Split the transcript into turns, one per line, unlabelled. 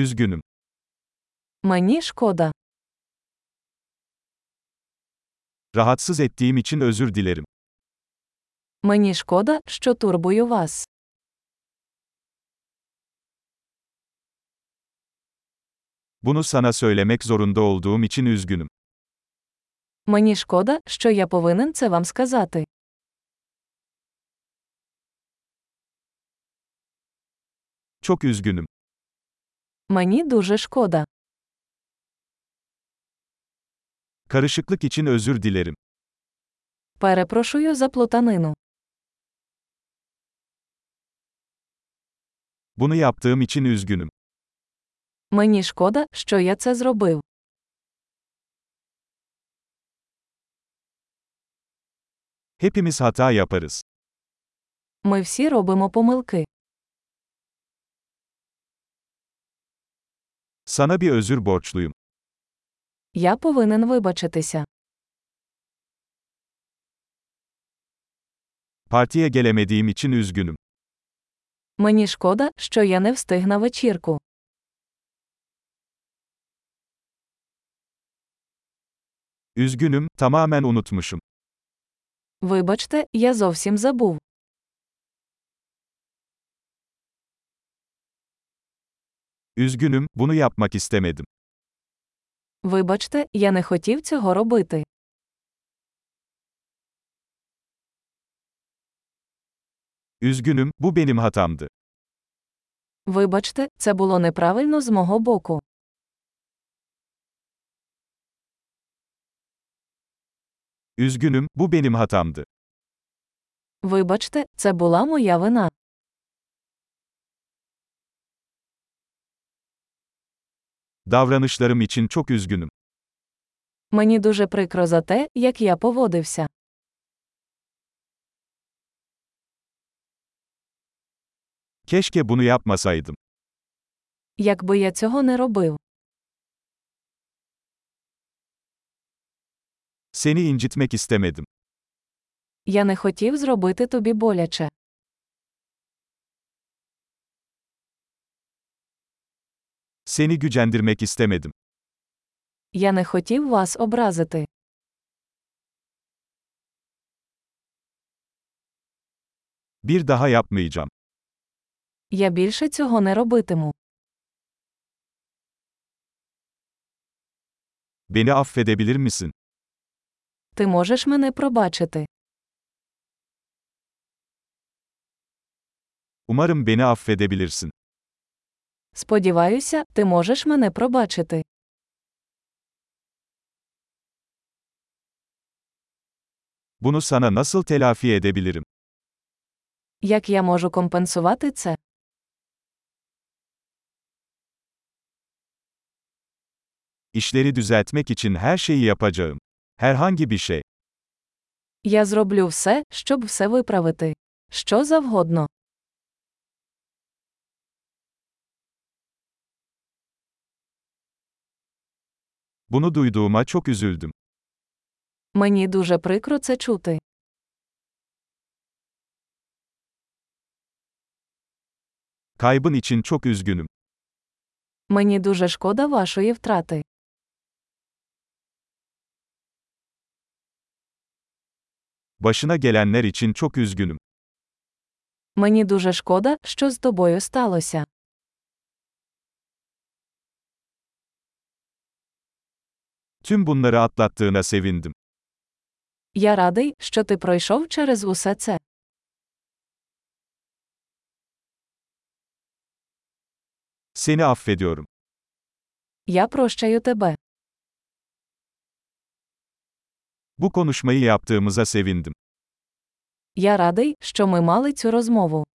Üzgünüm.
Мені шкода.
Rahatsız ettiğim için özür dilerim.
Мені шкода, що турбую вас.
Bunu sana söylemek zorunda olduğum için üzgünüm.
Мені шкода, що я повинен це вам сказати.
Çok üzgünüm.
Мені дуже шкода.
Karışıklık için özür dilerim.
Перепрошую за плутанину.
Bunu yaptığım için üzgünüm.
Мені шкода, що я це зробив.
Hepimiz hata yaparız.
Ми всі робимо помилки.
Sana bir özür borçluyum.
Я повинен вибачитися.
Partiye gelemediğim için üzgünüm.
Мені шкода, що я не встиг на вечірку.
Üzgünüm, tamamen unutmuşum.
Вибачте, я зовсім забув.
Üzgünüm, bunu yapmak istemedim.
Вибачте, я не хотів цього робити.
Üzgünüm, bu benim hatamdı.
Вибачте, це було неправильно з мого боку.
Üzgünüm, bu benim hatamdı.
Вибачте, це була моя вина.
Davranışlarım için çok üzgünüm.
Мені дуже прикро за те, як я поводився.
Keşke bunu yapmasaydım.
Якби я цього не робив,
Seni incitmek istemedim.
я не хотів зробити тобі боляче.
Seni gücendirmek istemedim.
Я не хотів вас образити.
Bir daha yapmayacağım.
Я більше цього не робитиму.
Beni affedebilir misin?
Ти можеш мене пробачити.
Umarım beni affedebilirsin.
Сподіваюся, ти можеш мене пробачити.
Bunu sana nasıl telafi edebilirim?
Як я можу компенсувати це?
İşleri düzeltmek için her şeyi yapacağım. Herhangi bir şey.
Я зроблю все, щоб все виправити. Що завгодно.
Bunu duyduğuma çok üzüldüm.
Мені дуже прикро це чути.
Kaybın için çok üzgünüm.
Мені дуже шкода вашої втрати.
Başına gelenler için çok üzgünüm.
Мені дуже шкода, що з тобою сталося.
Tüm bunları atlattığına sevindim.
Я радий, що ти пройшов через усе це.
Seni affediyorum.
Я прощаю тебе.
Bu konuşmayı yaptığımıza sevindim.
Я радий, що ми мали цю розмову.